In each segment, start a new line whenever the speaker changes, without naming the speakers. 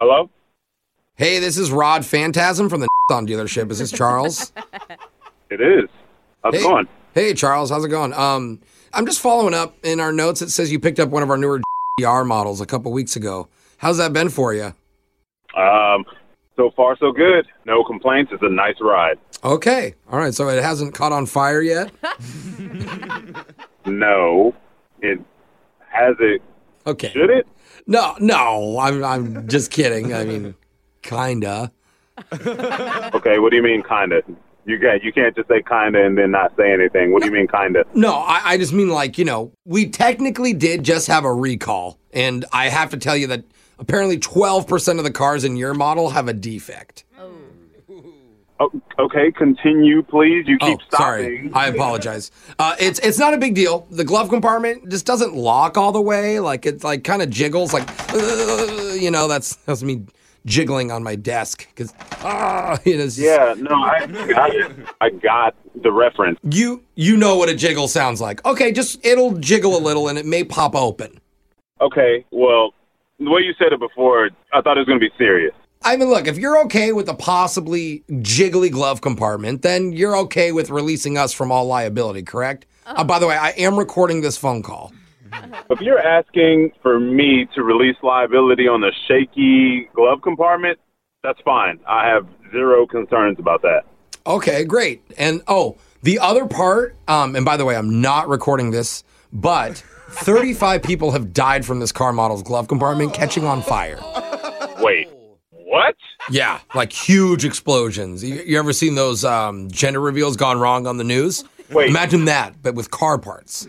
Hello?
Hey, this is Rod Phantasm from the on dealership. Is this Charles?
It is. How's
Hey.
it going?
hey, Charles, how's it going? Um, I'm just following up in our notes. It says you picked up one of our newer DR models a couple weeks ago. How's that been for you?
Um, so far, so good. No complaints. It's a nice ride.
Okay, all right. So it hasn't caught on fire yet.
No. It has it.
Okay.
Should it?
No, no. I'm I'm just kidding. I mean, kinda.
Okay, what do you mean, kinda? You can't, you can't just say kinda and then not say anything. What do you mean, kinda?
No, I, I just mean like, you know, we technically did just have a recall. And I have to tell you that apparently 12% of the cars in your model have a defect.
Oh, okay, continue, please. You
Oh,
keep
sorry.
stopping.
I apologize. Uh, it's it's not a big deal. The glove compartment just doesn't lock all the way. Like it like kind of jiggles. Like uh, you know, that's that's me jiggling on my desk because ah, it is.
Yeah, no, I got it. I got the reference.
You you know what a jiggle sounds like. Okay, just it'll jiggle a little and it may pop open.
Okay, well, the way you said it before, I thought it was going to be serious.
I mean, look, if you're okay with a possibly jiggly glove compartment, then you're okay with releasing us from all liability, correct? Uh, by the way, I am recording this phone call.
If you're asking for me to release liability on the shaky glove compartment, that's fine. I have zero concerns about that.
Okay, great. And oh, the other part, um, and by the way, I'm not recording this, but 35 people have died from this car model's glove compartment catching on fire.
Wait, what?
Yeah, like huge explosions. You, you ever seen those um, gender reveals gone wrong on the news?
Wait.
Imagine that, but with car parts.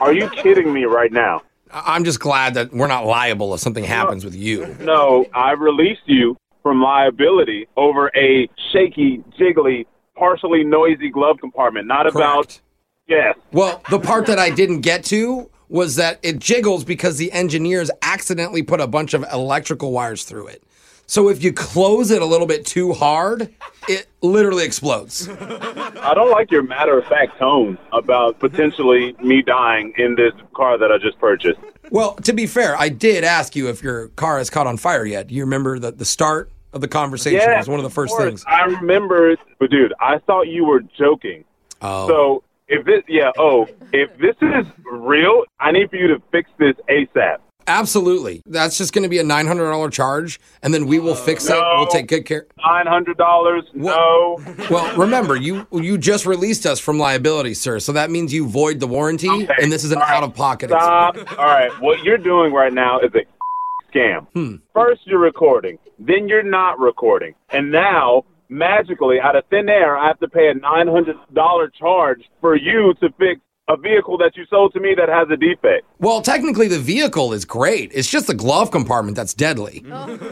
Are you kidding me right now?
I- I'm just glad that we're not liable if something happens with you.
No, I released you from liability over a shaky, jiggly, partially noisy glove compartment. Not about,
Correct.
yes.
Well, the part that I didn't get to was that it jiggles because the engineers accidentally put a bunch of electrical wires through it. So if you close it a little bit too hard, it literally explodes.
I don't like your matter of fact tone about potentially me dying in this car that I just purchased.
Well, to be fair, I did ask you if your car has caught on fire yet. You remember that the start of the conversation was one of the first
course.
things.
I remember, it. but dude, I thought you were joking.
Oh.
So if this, yeah, oh, if this is real, I need for you to fix this ASAP.
Absolutely. That's just going to be a $900 charge, and then we will fix it. We'll
No.
take good care.
Nine hundred dollars? No.
Well, remember, you you just released us from liability, sir. So that means you void the warranty, and this is an out of pocket.
Stop. All right, what you're doing right now is a scam.
Hmm.
First, you're recording, then you're not recording, and now. Magically, out of thin air, I have to pay a nine hundred dollar charge for you to fix a vehicle that you sold to me that has a defect.
Well, technically, the vehicle is great. It's just the glove compartment that's deadly.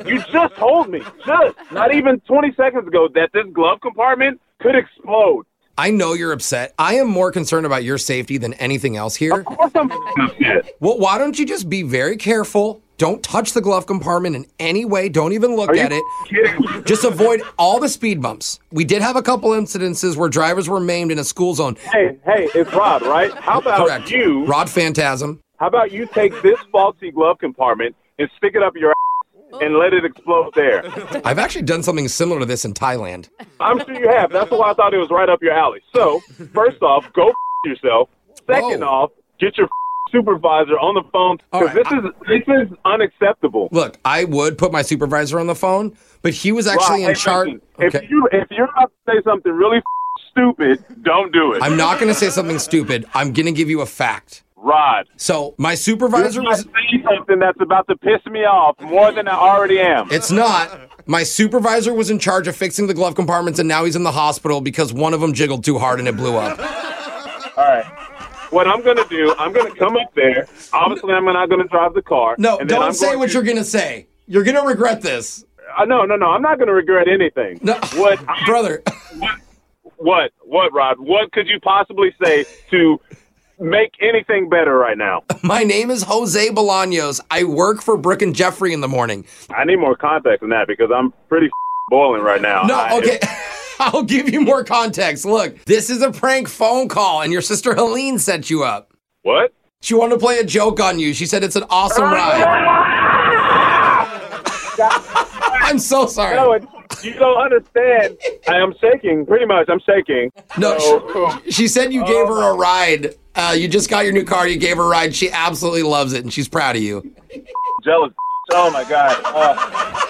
You just told me, just not even 20 seconds ago, that this glove compartment could explode.
I know you're upset. I am more concerned about your safety than anything else here.
Of course I'm f***ing upset.
Well, why don't you just be very careful? Don't touch the glove compartment in any way. Don't even look
Are
at
you
it.
kidding me?
Just avoid all the speed bumps. We did have a couple incidences where drivers were maimed in a school zone.
Hey, hey, it's Rod, right? How about
Correct.
you?
Rod Phantasm.
How about you take this faulty glove compartment and stick it up your ass and let it explode there?
I've actually done something similar to this in Thailand.
I'm sure you have. That's why I thought it was right up your alley. So, first off, go f- yourself. Second
Whoa.
off, get your f- supervisor on the phone
All
because
right,
this is this is unacceptable.
Look, I would put my supervisor on the phone, but he was actually
Rob, hey,
in charge.
listen, If you if you're about to say something really f- stupid, don't do it.
I'm not going to say something stupid. I'm going to give you a fact.
Rod.
So my
You're
supervisor
gonna
was.
say something that's about to piss me off more than I already am.
It's not. My supervisor was in charge of fixing the glove compartments, and now he's in the hospital because one of them jiggled too hard and it blew up.
All right. What I'm gonna do, I'm gonna come up there. Obviously, I'm not gonna drive the car.
No,
and then I'm
don't say
going
what
to-
you're going to say. You're going to regret this,
Uh, no, no, no. I'm not gonna regret anything.
No.
What? I-
brother.
What? What, Rod? What could you possibly say to make anything better right now?
My name is Jose Bolaños. I work for Brick and Jeffrey in the morning.
I need more context than that because I'm pretty f- boiling right now.
No,
I-
okay. I'll give you more context. Look, this is a prank phone call, and your sister Helene set you up.
What?
She wanted to play
Uh,
a joke on you. She said it's an awesome ride. I'm so sorry.
No, it's, Oh, you don't understand. I am shaking, pretty much. I'm shaking.
No, she, she said you gave her
Oh.
a ride. Uh, you just got your new car. You gave her a ride. She absolutely loves it, and she's proud of you.
Jealous. Oh my god. Uh,